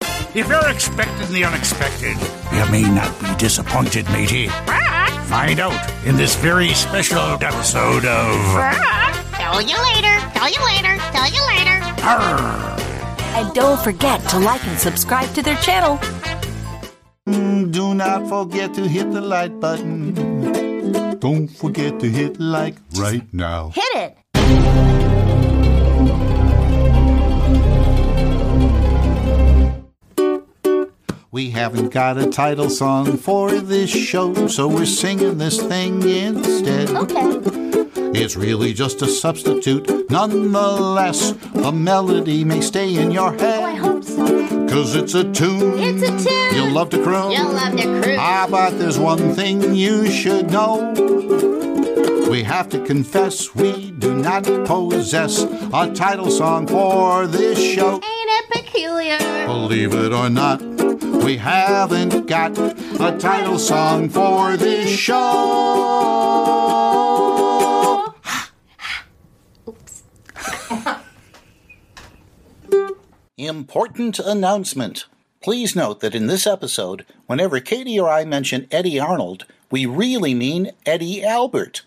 If you're expecting the unexpected, you may not be disappointed, matey. Find out in this very special episode of Tell you later. Tell you later. Tell you later. Arr. And don't forget to like and subscribe to their channel. Do not forget to hit the like button. Don't forget to hit like right now. Hit it! We haven't got a title song for this show, so we're singing this thing instead. Okay. It's really just a substitute. Nonetheless, the melody may stay in your Oh, head. hope so. Cause it's a tune. It's a tune. You'll love to croon. You'll love to cruise. Ah, but there's one thing you should know. We have to confess we do not possess a title song for this show. Ain't it peculiar? Believe it or not, we haven't got a title song for this show. Important announcement. Please note that in this episode, whenever Katie or I mention Eddie Arnold, we really mean Eddie Albert.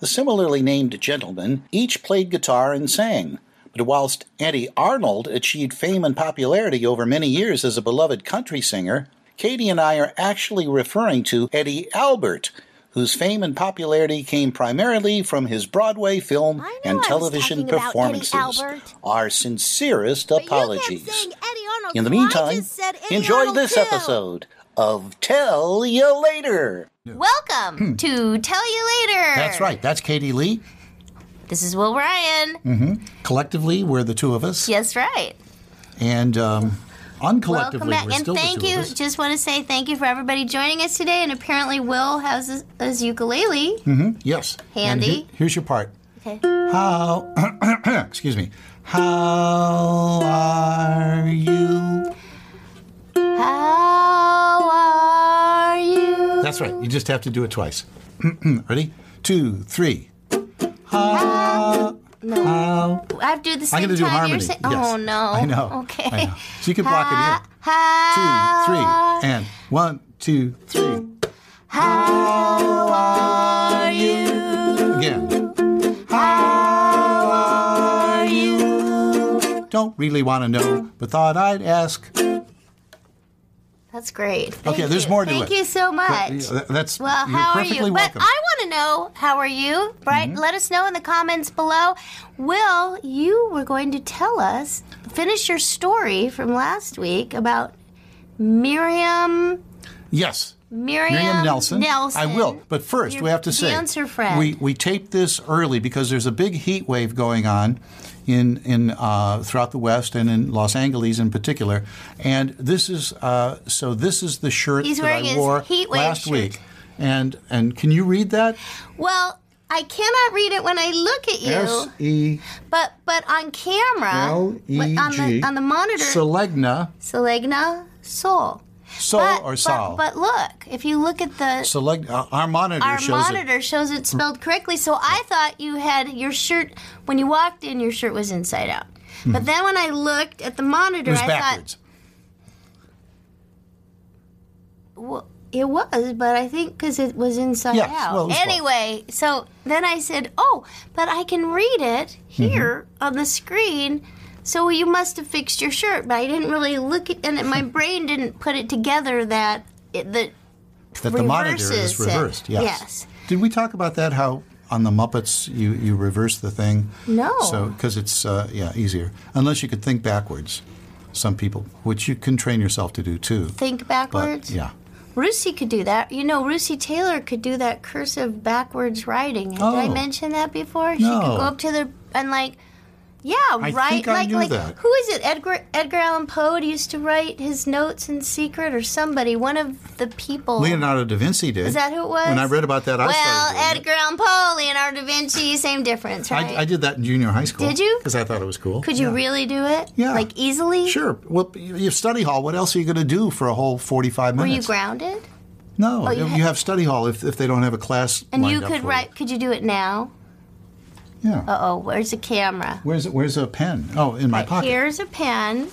The similarly named gentlemen each played guitar and sang. But whilst Eddie Arnold achieved fame and popularity over many years as a beloved country singer, Katie and I are actually referring to Eddie Albert, whose fame and popularity came primarily from his Broadway film I know I and was television talking about Eddie performances. Albert. Our sincerest You apologies. can't sing Eddie Arnold. In the Well, I meantime, just said Eddie enjoy Arnold this too. episode of Tell You Later. Welcome to Tell You Later. Hmm. That's right. That's Katie Lee. This is Will Ryan. Hmm. Collectively, we're the two of us. Yes, right. And um, uncollectively, Welcome back, we're and still thank the two you. of us. Just want to say thank you for everybody joining us today. And apparently, Will has his, his ukulele. Hmm. Yes. Handy. And he- here's your part. Okay. How, excuse me, how are you? How are you? That's right. You just have to do it twice. Ready? Two, three. How, No. how. I have to do the same I'm going to do time harmony. you're saying. Yes. Oh no. I know. Okay. I know. So you can block it here. two, three, How and one, two, three. How are you? Again. How are you? Don't really want to know, but thought I'd ask. That's great. Okay, Thank there's you. more to Thank it. you so But, much. you know, That's well, you're how are perfectly you? welcome. Mm-hmm. But I want to know how are you, right? Let us know in the comments below. Will, you were going to tell us, finish your story from last week about Miriam. yes. Miriam, Miriam Nelson. Nelson. I will. But first, Your we have to say dancer friend. we we taped this early because there's a big heat wave going on in in uh, throughout the West and in Los Angeles in particular. And this is uh, so this is the shirt He's that wearing I his wore heat wave last shirt. week. And and can you read that? Well, I cannot read it when I look at you, S E but but on camera, L E but on the G. on the monitor, Selegna Selegna Sol. Sol but, or but- Sol. But, look, if you look at the Select uh, our monitor our shows Hmm. monitor shows it spelled correctly, so I thought you had your shirt when you walked in, your shirt was inside out. But then when I looked at the Hmm. it monitor, was I backwards. thought well, it was, but I think because it was inside Yes, out. well, it was both. anyway, so then I said, "Oh, but I can read it Mm-hmm. here on the screen." So you must have fixed your shirt, but I didn't really look at, and my Hmm. brain didn't put it together that it, that that the monitor is reverses it. reversed. Yes. Yes. Did we talk about that? How on the Muppets you you reverse the thing? No. So because it's uh, yeah easier unless you could think backwards. Some people, which you can train yourself to do too. think but backwards. yeah. Rusey could do that. You know, Rusey Taylor could do that cursive backwards writing. Did I Oh. mention that before? She No. could go up to the and like, yeah, I right. think I like, knew like that. who is it? Edgar Edgar Allan Poe used to write his notes in secret, or somebody, one of the people. Leonardo da Vinci did. is that who it was? When I read about that, I well, started doing it. Edgar Allan Poe, Leonardo da Vinci, same difference, right? I, I did that in junior high school. Did you? Because I thought it was cool. could you Yeah. really do it? Yeah. Like easily? Sure. Well, you you have study hall. What else are you going to do for a whole forty-five Were minutes? you grounded? No, you you, had- you have study hall if, if they don't have a class. And lined you up could for write. Could you do it now? It. Yeah. Uh oh, where's the camera? Where's where's a pen? Oh, in my pocket. Here's a pen.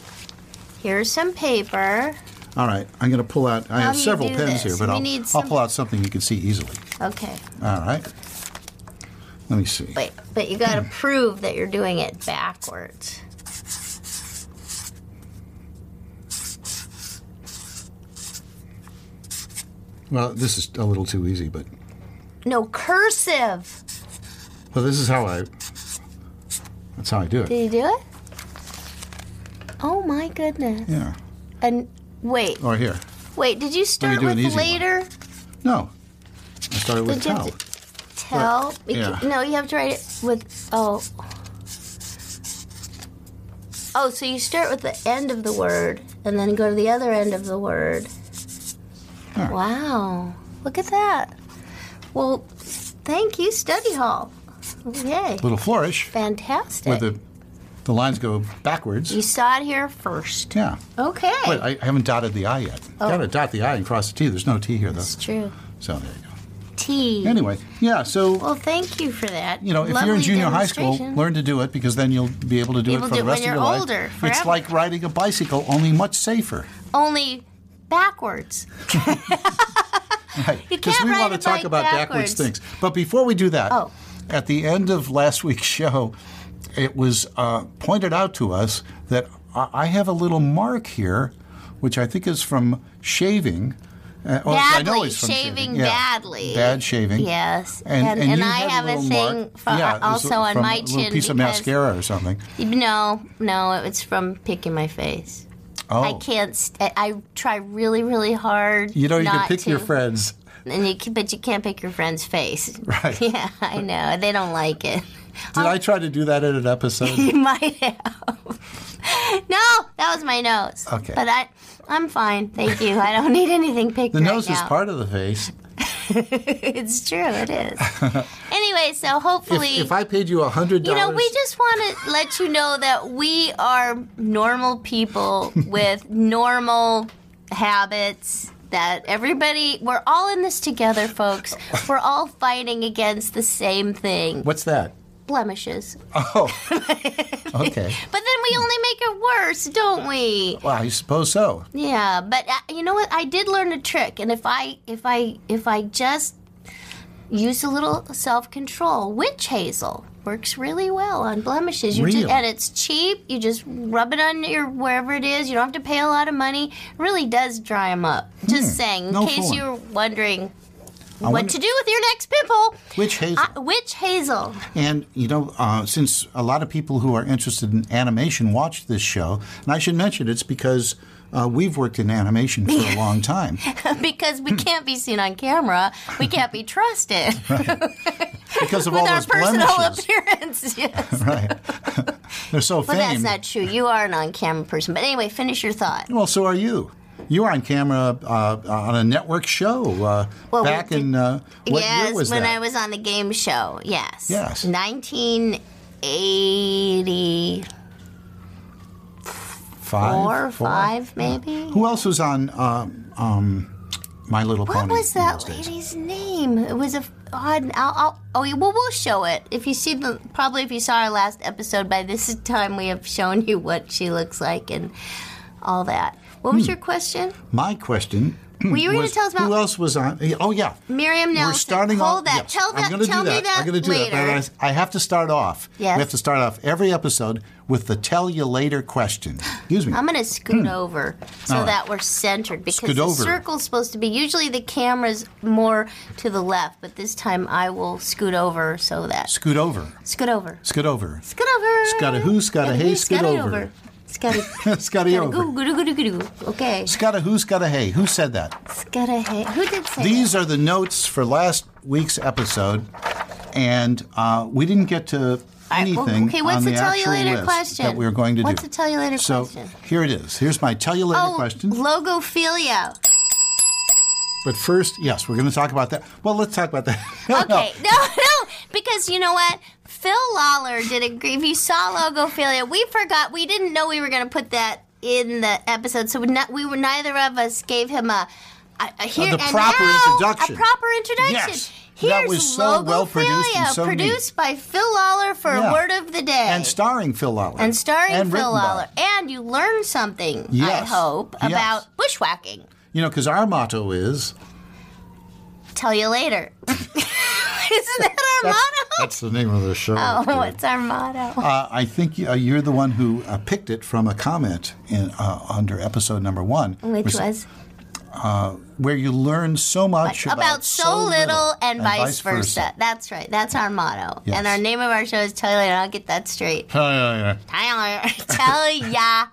Here's some paper. All right, I'm going to pull out. I How have do you several do pens this? here, but We I'll, need I'll some- pull out something you can see easily. Okay. All right. Let me see. But but you Hmm. gotta prove that you're doing it backwards. Well, this is a little too easy, but No cursive. well, this is how I. That's how I do it. Did you do it? Oh my goodness. Yeah. And wait, Or here. wait, did you start do an with easy one. later? No. I started with Did you have towel. Tell? You yeah. can- No, you have to write it with oh. Oh, so you start with the end of the word and then go to the other end of the word. All right. Wow. Look at that. Well, thank you, Study Hall. Yay. Little flourish Fantastic. where the the lines go backwards. you saw it here first. Yeah. Okay. Wait, I I haven't dotted the I yet. Oh. Gotta dot the I and cross the T. There's no T here, though. it's true. So there you go. T. Anyway, yeah, so, well, thank you for that. you know, if you're in Lovely junior high school, demonstration. learn to do it because then you'll be able to do Be it able for to the do it rest when of your you're life. older, It's forever. like riding a bicycle, only much safer. only backwards. Right. You Because can't we ride want a to talk bike about backwards. backwards. things. But before we do that, Oh. at the end of last week's show, it was uh, pointed out to us that I I have a little mark here, which I think is from shaving. Uh, well, I know Badly, it's from shaving, shaving yeah. badly. Bad shaving. Yes, And, and- and and you I had have a little thing mark. for- uh, yeah, it was also on from my a little chin piece of because- mascara or something. No, no, it's from picking my face. Oh, I can't. St- I try really, really hard. you know you not can pick to, your friends. and you can, but you can't pick your friend's face. Right. Yeah, I know. They don't like it. Did I try to do that in an episode? You might have. no, that was my nose. Okay. But I, I'm fine. Thank you. I don't need anything picked. the right nose is now. part of the face. It's true. It is. anyway, so If, hopefully. if I paid you a hundred you dollars, know, we just want to let you know that we are normal people with normal habits. That everybody, we're all in this together, folks. We're all fighting against the same thing what's that? blemishes. Okay. But then we only make it worse, don't we? Well, I suppose so. Yeah, but uh, you know what? I did learn a trick, and if I if I if I just use a little self control, witch hazel works really well on blemishes. You ju- Really? and it's cheap. You just rub it on your wherever it is. You don't have to pay a lot of money. It really does dry them up. Just saying, in Hmm. No case fooling. you're wondering I what wonder- to do with your next pimple. Witch hazel. Uh, witch hazel. and, you know, uh, since a lot of people who are interested in animation watch this show, and I should mention it's because uh, we've worked in animation for a long time. because Hmm. we can't be seen on camera. We can't be trusted Because of with all our those personal blemishes. appearance. Yes. right. They're so But famed. that's not true. You are an on camera person. But anyway, finish your thought. well, so are you. You were on camera uh, on a network show uh, Well, we back did- in uh, what yes, year was when that? I was on the game show. Yes. Yes. 1984, five, four? five, maybe. Who else was on um, um, My Little What Pony? was in that those days? lady's name? It was a f- odd. I'll, I'll, oh, yeah, well, we'll show it if you see the. Probably if you saw our last episode. By this time, we have shown you what she looks like and all that. What Hmm. was your question? My question. Well, you were going was to tell us about who else was on? Oh yeah, Miriam Nelson. We're starting Hold off. that. yes, Tell I'm that. gonna Tell do me that. that I'm going to do later. that. But I, I have to start off. Yes. We have to start off every episode with the tell you later question. Excuse me. I'm going to scoot over so Hmm. All right. that we're centered because Scoot the over. circle's supposed to be usually the camera's more to the left, but this time I will scoot over so that scoot over. scoot over, Scoot over. scoot over. Scotta who, scotta hey, scoot scotta over. Scotta, Scotty scotta over. goo, goo, goo, goo, goo. Okay, Scotta who, scotta hey. Who said that? scotta hey. Who did say These are the notes for last week's episode, and uh, we didn't get to. All right, Anything well, okay, what's on the the tell you actual later list question? that we are going to What's do. the tell you later so question? here it is. Here's my tell you later that? Oh, question. logophilia. But first, yes, we're going to talk about that. Well, let's talk about that. No, no. Okay, no, no, because you know what? Phil Lawler did a great. If you saw Logophilia, we forgot. We didn't know we were going to put that in the episode, so we, not, we were neither of us gave him a. a, a here Uh, the and proper now, introduction. A proper introduction. Yes. Here's that was so well produced and Logophilia, so neat. produced by Phil Lawler for Yeah. Word of the Day. and starring Phil Lawler And starring and Phil written by- Lawler. And you learn something, I Yes. hope, Yes. about bushwhacking. You know, because our motto is Tell you later. Isn't that our motto? that's the name of the show. Oh, it's our motto. Uh, I think uh, you're the one who uh, picked it from a comment in uh, under episode number one, Which which- was where you learn so much about, about, so, little, and, vice versa. versa. That's right. That's our motto. Yes. And our name of our show is Tell You Later. I'll get that straight. Oh, Yeah, yeah, Tyler, tell ya.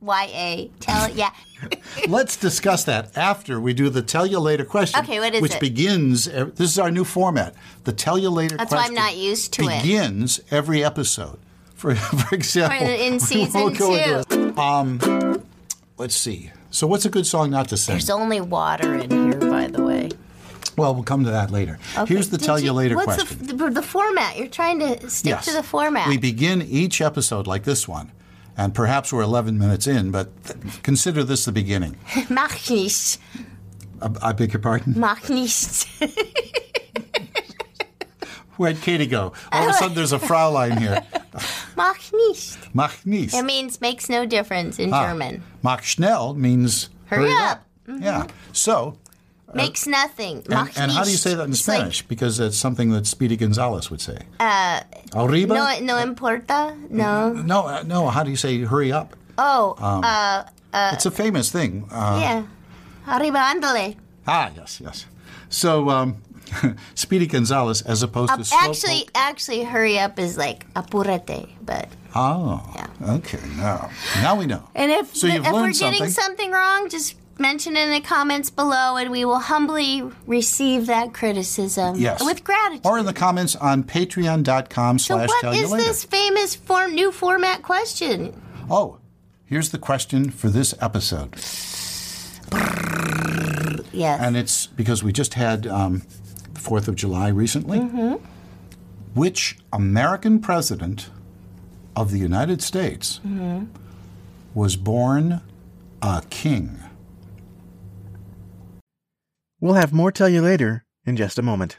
Y A. Tell ya. yeah. Let's discuss that after we do the tell you later question. Okay, what is which it? begins. ev- This is our new format. The tell you later. That's why question I'm not used to it. begins every episode. For for example, Or in we season won't go into two. it. Um, let's see. So, what's a good song not to sing? There's only water in here, by the way. well, we'll come to that later. Here's the Did tell you, later what's question. The, the, the format. You're trying to stick to Yes. the format. We begin each episode like this one, and perhaps we're 11 minutes in, but th- consider this the beginning. Mach nichts. I, I beg your pardon? Mach nichts. Where'd Katie go? All of a sudden, there's a Fraulein here. Mach nichts. Mach nichts. It means makes no difference in Ah, German. Mach schnell means Hurry up. Mm-hmm. Yeah. So, Makes nothing. Uh, and, Mach and how do you nichts. say that in It's like, Spanish? because it's something that Speedy Gonzalez would say. Uh, Arriba? no, no importa. No. no, uh, no, how do you say hurry up? Oh, Uh-huh. it's a famous thing. Uh, yeah. Arriba, andale. Ah, yes, yes. So, um, Speedy Gonzalez, as opposed to Slowpoke- Um, Actually, actually, hurry up is like apurate, but Oh, okay. Now, now we know. and if So the- you've if we're learned getting something. something wrong, just mention it in the comments below, and we will humbly receive that criticism yes, with gratitude. or in the comments on Patreon.com so, slash what Tell You is Later. this famous form new format question? Oh, here's the question for this episode, Yes. and it's because we just had um, the Fourth of July recently. Mm-hmm. Which American president of the United States Mm-hmm. was born a king? We'll have more tell you later in just a moment.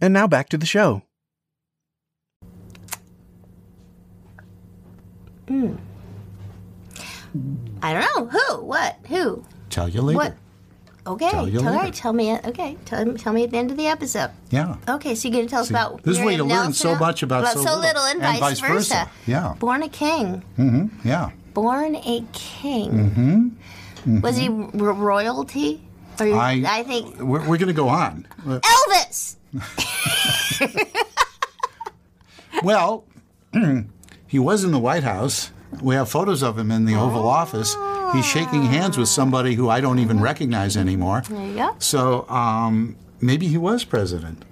And now back to the show. I don't know who, what, who. Tell you later. What? Okay. Tell you all later. right, tell me. it- Okay. Tell, tell me at the end of the episode. Yeah. Okay, so you're going to tell us See, about this is where Miriam you learn Nelson so and- much about so so little. little and, And vice, vice versa. versa. Yeah. born a king, Mm-hmm. Yeah. born a king. Was he r- royalty? Or you- Mm-hmm. I- I think We're, we're going to go on. Uh, Elvis. Well, he was in the White House. We have photos of him in the Oval Ah. Office. He's shaking hands with somebody who I don't even recognize anymore. There you go. So um, maybe he was president.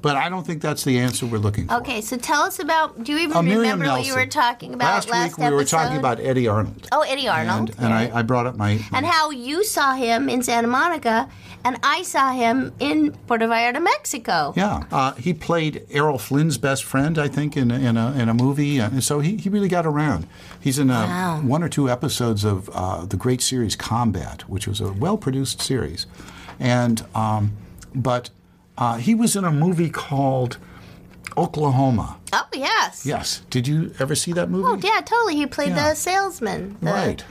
But I don't think that's the answer we're looking for. Okay, so tell us about. Do you even Uh, Miriam remember Nelson. what you were talking about week? last, We were talking episode? about Eddie Arnold, Oh, Eddie Arnold. and, and I, I brought up my, my and how you saw him in Santa Monica, and I saw him in Puerto Vallarta, Mexico. Yeah, uh, he played Errol Flynn's best friend, I think, in a, in a, in a movie, uh, and so he, he really got around. He's in a, one or two episodes of uh, the great series Combat, which was a well produced series, and um, but uh, he was in a movie called Oklahoma. Oh yes. Yes, did you ever see that movie? Oh yeah, totally. He played Yeah. the salesman. The, right.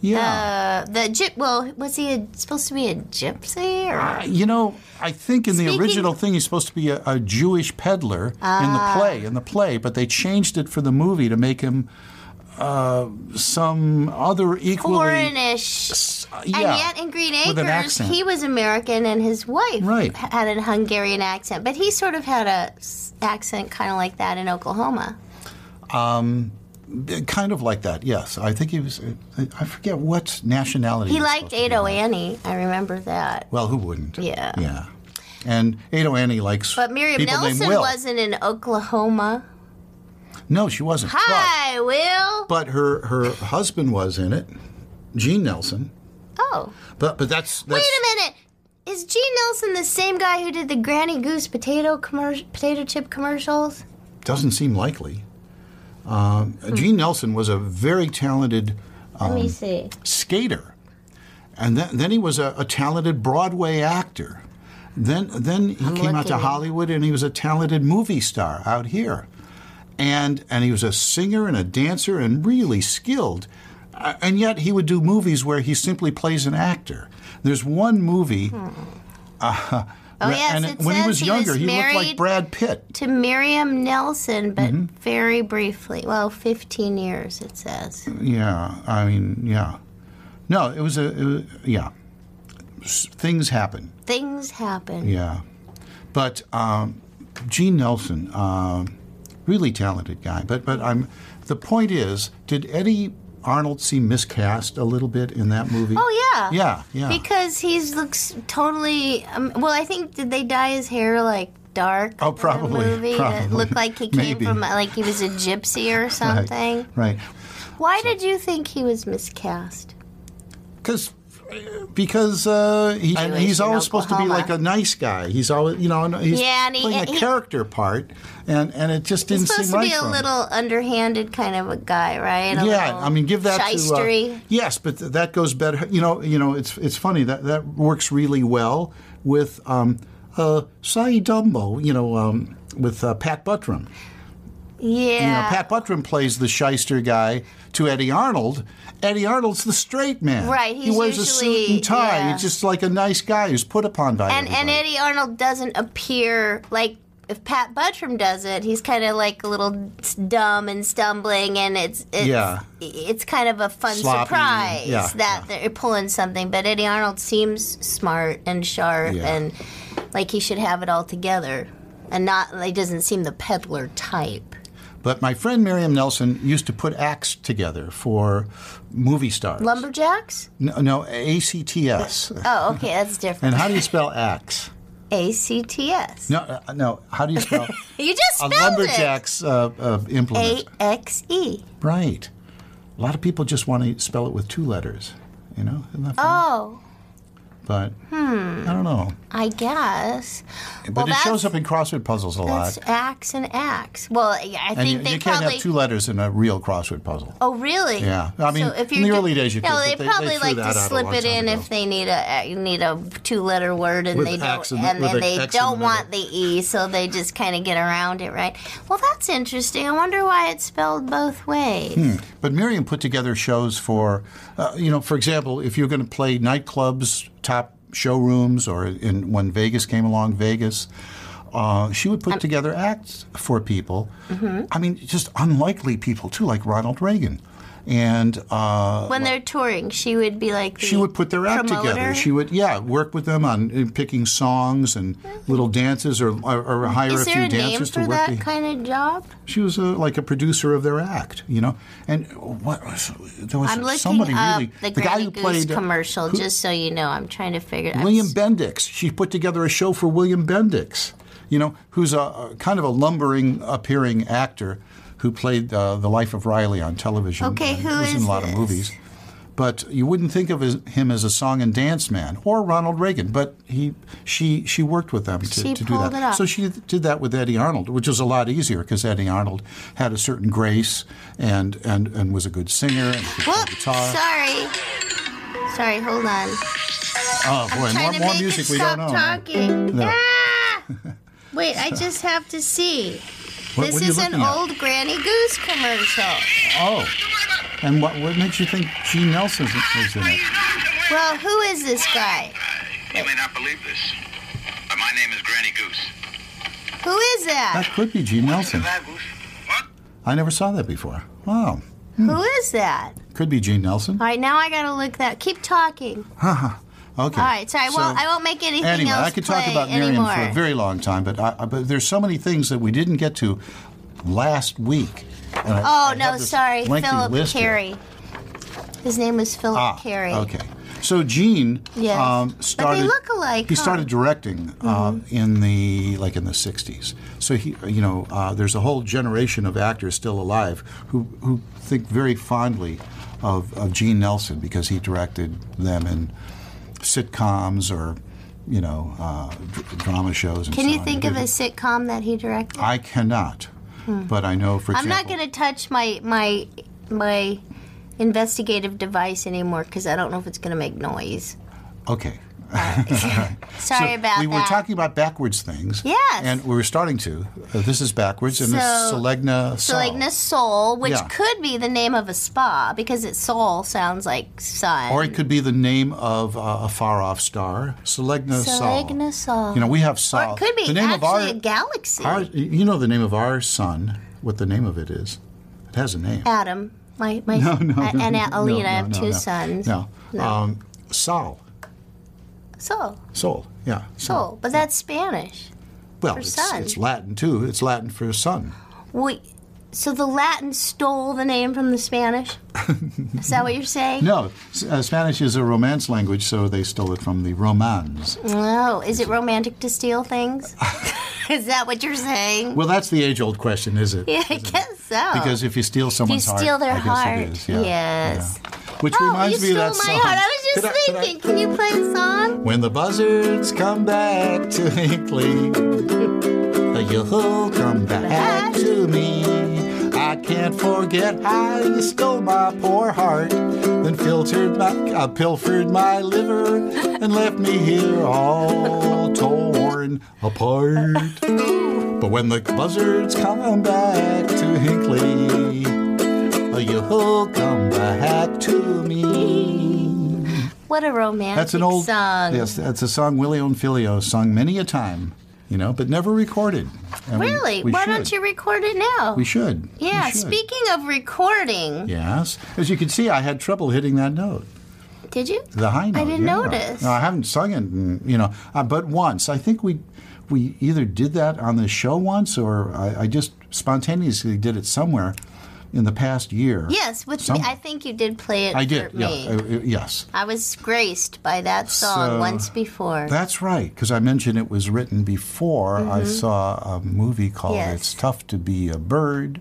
Yeah, Uh, the gyp. Well, was he a, supposed to be a gypsy or? you know, I think in Speaking- the original thing he's supposed to be a, a Jewish peddler in the Ah. play. In the play, but they changed it for the movie to make him uh, some other equally uh, foreignish. yeah, And yet in Green with an Acres, accent. he was American and his wife Right. h- had a Hungarian accent. But he sort of had a s- accent kind of like that in Oklahoma. Uh, kind of like that. Yes, I think he was. uh, I forget what nationality. He was liked supposed to be. Ado Annie. I remember that. Well, who wouldn't? Yeah. Yeah. And Ado Annie likes But Miriam people Nelson named Will. wasn't in Oklahoma. No, she wasn't. But- Hi, Will. But, her her husband was in it, Gene Nelson. Oh. But but that's, that's Wait a minute. Is Gene Nelson the same guy who did the Granny Goose potato commer- potato chip commercials? doesn't seem likely. Um, Gene Nelson was a very talented uh, Let me see. skater, and then, then he was a, a talented Broadway actor. Then then he came out to looking. Hollywood, and he was a talented movie star out here, and and he was a singer and a dancer and really skilled, Uh, and yet he would do movies where he simply plays an actor. There's one movie. uh, Oh, Hmm. yes, and it when he says was he younger, was he looked like married Brad Pitt. To Miriam Nelson, but Mm-hmm. very briefly. Well, 15 years, it says. Yeah, I mean, yeah. No, it was a it was, yeah. S- things happen. Things happen. Yeah, but um, Gene Nelson, um really talented guy. But but I'm. The point is, did Eddie Arnold seem miscast a little bit in that movie? Oh, yeah. Yeah, yeah. Because he looks totally. Um, well, I think did they dye his hair like dark? Oh, in the probably, movie probably. to look like he came Maybe. from like he was a gypsy or Right, something. Right. Why did you think he was miscast? Because. Because uh, he, Jewish he's in always supposed to be Oklahoma. like a nice guy. He's always, you know, and he's Yeah, and he- playing a and he- character part, and, and it just didn't He's supposed seem to right be a for him. little underhanded kind of a guy, right? A Yeah, little I mean, give that to shystery. uh, yes, but th- that goes better. You know, you know, it's it's funny that that works really well with um, uh, Sai Dumbo. You know, um, with uh, Pat Buttram. yeah. You know, Pat Buttram plays the shyster guy to Eddie Arnold. Eddie Arnold's the straight man. Right, he he's wears a suit usually- and tie. yeah. He's just like a nice guy who's put upon by and and everybody. Eddie Arnold doesn't appear like if Pat Buttram does it, he's kind of like a little s- dumb and stumbling, and it's, it's Yeah. it's kind of a fun Sloppy, surprise yeah, that they're pulling something. But Eddie Arnold seems smart and sharp, Yeah. and like he should have it all together, and not like doesn't seem the peddler type. But my friend Miriam Nelson used to put acts together for movie stars. Lumberjacks? no, no, ACTS. Oh, okay, that's And different. how do you spell acts? A C T S. No, uh, no. How do you spell You just a spelled lumberjack's uh, uh, implement? it. A X E. Right. A lot of people just want to spell it with two letters. You know, isn't that funny? Oh, But I don't know. I guess. But Well, it shows that's- up in crossword puzzles a lot. That's axe and axe. Well, I I And think you, they you can't probably. have two letters in a real crossword puzzle. Oh, really? Yeah. I mean, so if in you're the do- early days you no, could, they but they- they probably threw like that to out a slip long it time in ago. if they need a uh, need a two letter word and With they don't axe and- and with then a they X in don't the want the e, so they just kind of get around it, right? Well, that's interesting. I wonder why it's spelled both ways. But Miriam put together shows for, uh, you know, for example, if you're going to play nightclubs, top showrooms, or in when Vegas came along, Vegas, uh, she would put Um, together acts for people. Mm-hmm. I mean, just unlikely people too, like Ronald Reagan, and uh, When they're touring, she would be like. The she would put their act promoter. together. She would, yeah, work with them on uh, picking songs and little dances, or or, or hire Hmm. Is a there few a name dancers for to work. that the- kind of job? she was a, like a producer of their act, you know. And what was there was I'm looking somebody up really the, guy Granny who Goose played uh, commercial, who- just so you know. I'm trying to figure. I'm William s- Bendix. She put together a show for William Bendix, you know, who's a, a kind of a lumbering appearing actor who played uh, the Life of Riley on television. Okay, and who was in is a lot of this? movies. But you wouldn't think of his, him as a song and dance man or Ronald Reagan, but he she she worked with them to, She to do pulled that. it off. So she did that with Eddie Arnold, which was a lot easier because Eddie Arnold had a certain grace and and, and was a good singer and could play Whoop, guitar. sorry. Sorry, hold on. oh boy, Trying more, to more make music it we stop don't know. talking. No. Ah! Wait, I just have to see. What- this what are you is an looking at? old Granny Goose commercial. Oh. And what, what makes you think Gene Nelson is in it? Well, who is this guy? You may not believe this, but my name is Granny Goose. Who is That that? could be Gene Nelson. Goose? What? I never saw that before. Wow. Who is that? Could be Gene Nelson. All right, now I gotta look that. Keep talking. Okay. All right, sorry. So- well, I won't make anything Anyway, else I could play talk about Miriam anymore. for a very long time, but I, I- but there's so many things that we didn't get to last week. And I- oh I have no, this sorry, lengthy Philip list here. Ah, Carey. His name was Philip Carey. Okay. So Gene Yes. um, But they started. look alike, He huh? Mm-hmm. started directing uh, in the like in the '60s. So he, you know, uh, there's a whole generation of actors still alive who who think very fondly of, of Gene Nelson because he directed them in sitcoms or you know uh, dr- drama shows. And Can so you on. think of a sitcom that he directed? I cannot, but I know for I'm example. not going to touch my my my investigative device anymore because I don't know if it's going to make noise. Okay. Sorry So about we that. were talking about backwards things. Yes. And we were starting to. Uh, this is backwards, and it's So- Selegna Sol. Selegnus Sol, which Yeah. could be the name of a spa because it Sol sounds like sun. Or it could be the name of uh, a far off star, Selegna Sol. Selegna Sol. You know, we have Or Sol. it could be the name actually of our, a galaxy. our- You know the name of our sun, what the name of it is. It has a name. Adam, my my a- and Aunt Alina, I have no, two no. sons. No. Um, Sol. Sol, Sol. Yeah. Sol. Sol, but that's Spanish. Well, it's, sun. it's Latin too. It's Latin for sun. Wait, so the Latin stole the name from the Spanish? Is that what you're saying? No, S- uh, Spanish is a Romance language, so they stole it from the Romans. No. Oh, Is it romantic to steal things? Is that what you're saying? Well, that's the age-old question, is it? Yeah, I guess so. Because if you steal you someone's heart, steal their I guess heart. it is. Yeah. yes. yeah. Which Oh, you reminds me stole of my that song. heart. I was Could just could thinking. Can you play the song? When the buzzards come back to Hinkley, you'll come back to me. I can't forget how you stole my poor heart, then filtered my, uh, pilfered my liver, and left me here all torn apart. But when the buzzards come back to Hinkley, you'll come back to me. What a romantic That's an old song. Yes, that's a song Willie Onfilio sung many a time, you know, but never recorded. And we- Really? we Why should. don't you record it now? We should. We yeah, should. speaking of recording, Yes, as you can see, I had trouble hitting that note, did you? the high note. didn't yeah. notice. No, I haven't sung it, in, you know, uh, but once I think we we either did that on the show once, or I, I just spontaneously did it somewhere in the past year. Yes, with Some- me. I think you did play it I for did. Yeah, me. uh, uh, yes. I was graced by that song So, once before. That's right, because I mentioned it was written before I saw a movie called Mm-hmm. Yes. It's Tough to Be a Bird,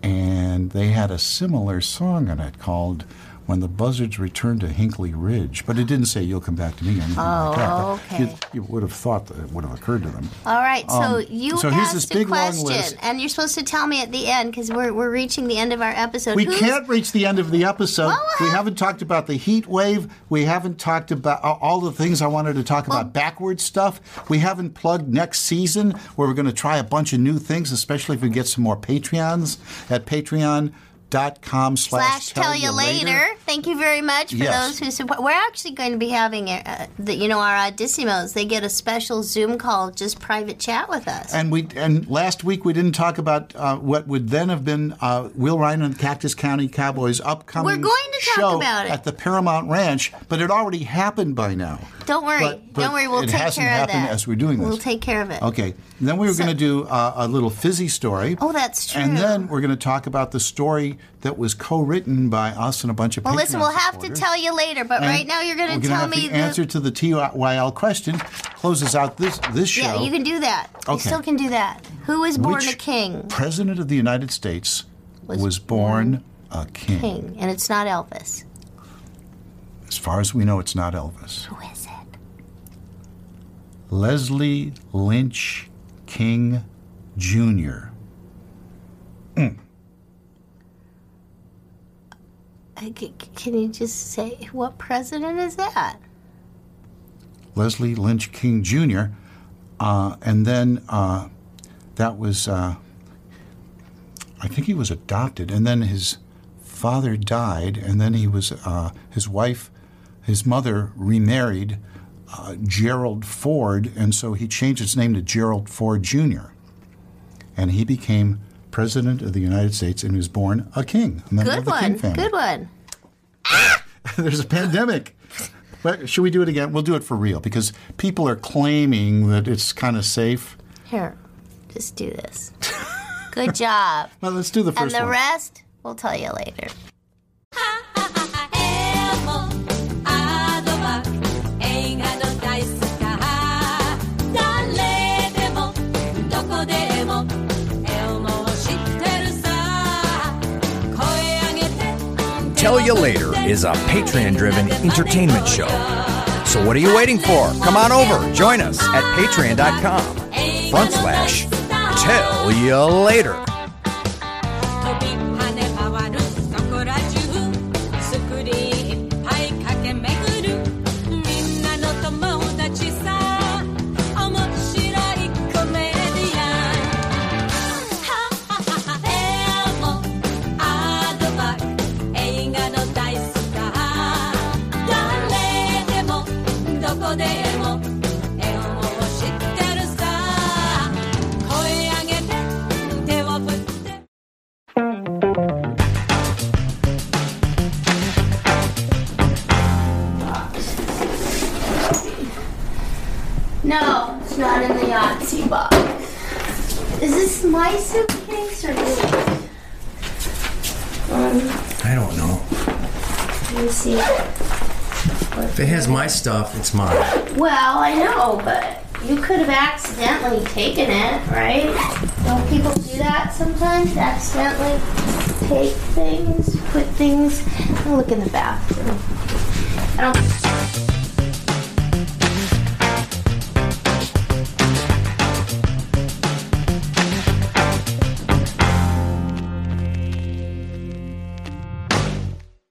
and they had a similar song in it called When the Buzzards Return to Hinkley Ridge. But it didn't say You'll Come Back to Me or anything like that. Oh, but You, okay. you would have thought that it would have occurred to them. All right, so you Um, so here's asked this a big, long question, list. and you're supposed to tell me at the end because we're, we're reaching the end of our episode. We Who's- can't reach the end of the episode. Well, we'll we have- haven't talked about the heat wave. We haven't talked about a- all the things I wanted to talk about backwards stuff. We haven't plugged next season where we're going to try a bunch of new things, especially if we get some more Patreons at patreon.com Slash slash tell you later. Thank you very much for Yes. those who support. We're actually going to be having, uh, the, you know, our Audissimos. They get a special Zoom call, just private chat with us. And we and last week we didn't talk about uh, what would then have been uh, Will Ryan and Cactus County Cowboys upcoming We're going to talk show about it. at the Paramount Ranch, but it already happened by now. Don't worry. But- but Don't worry. We'll it take hasn't care of happened that. as we're doing this. We'll take care of it. Okay. Then we were going to do uh, a little fizzy story. Oh, that's true. And then we're going to talk about the story that was co-written by us and a bunch of Well, Patreon listen, we'll have to supporters. tell you later, but And right now you're going we're to gonna tell have me the answer to the TYL question. Closes out this this show. Yeah, you can do that. You Okay. still can do that. Who was born Which a king? President of the United States was, born a king. King, and it's not Elvis. As far as we know, it's not Elvis. Who is it? Leslie Lynch King Jr. Uh, c- c- Can you just say what president is that? Leslie Lynch King Jr. Uh, and then uh, that was, uh, I think he was adopted, and then his father died, and then he was uh, his wife, his mother remarried uh, Gerald Ford, and so he changed his name to Gerald Ford Jr. And he became president of the United States and was born a king, a member Good of the one. king family. Good one. There's a pandemic. But should we do it again? We'll do it for real because people are claiming that it's kind of safe. Here, just do this. Good job. Well, let's do the and first the one. rest, we'll tell you later. You Later is a Patreon driven entertainment show. So what are you waiting for? Come on over. Join us at patreon.com front slash tell you later. No, it's not in the Yahtzee box. Is this my suitcase or yours? I don't know. Let me see. If it has my stuff, it's mine. Well, I know, but you could have accidentally taken it, right? Don't people do that sometimes? Accidentally take things, put things. I'll look in the bathroom. I don't.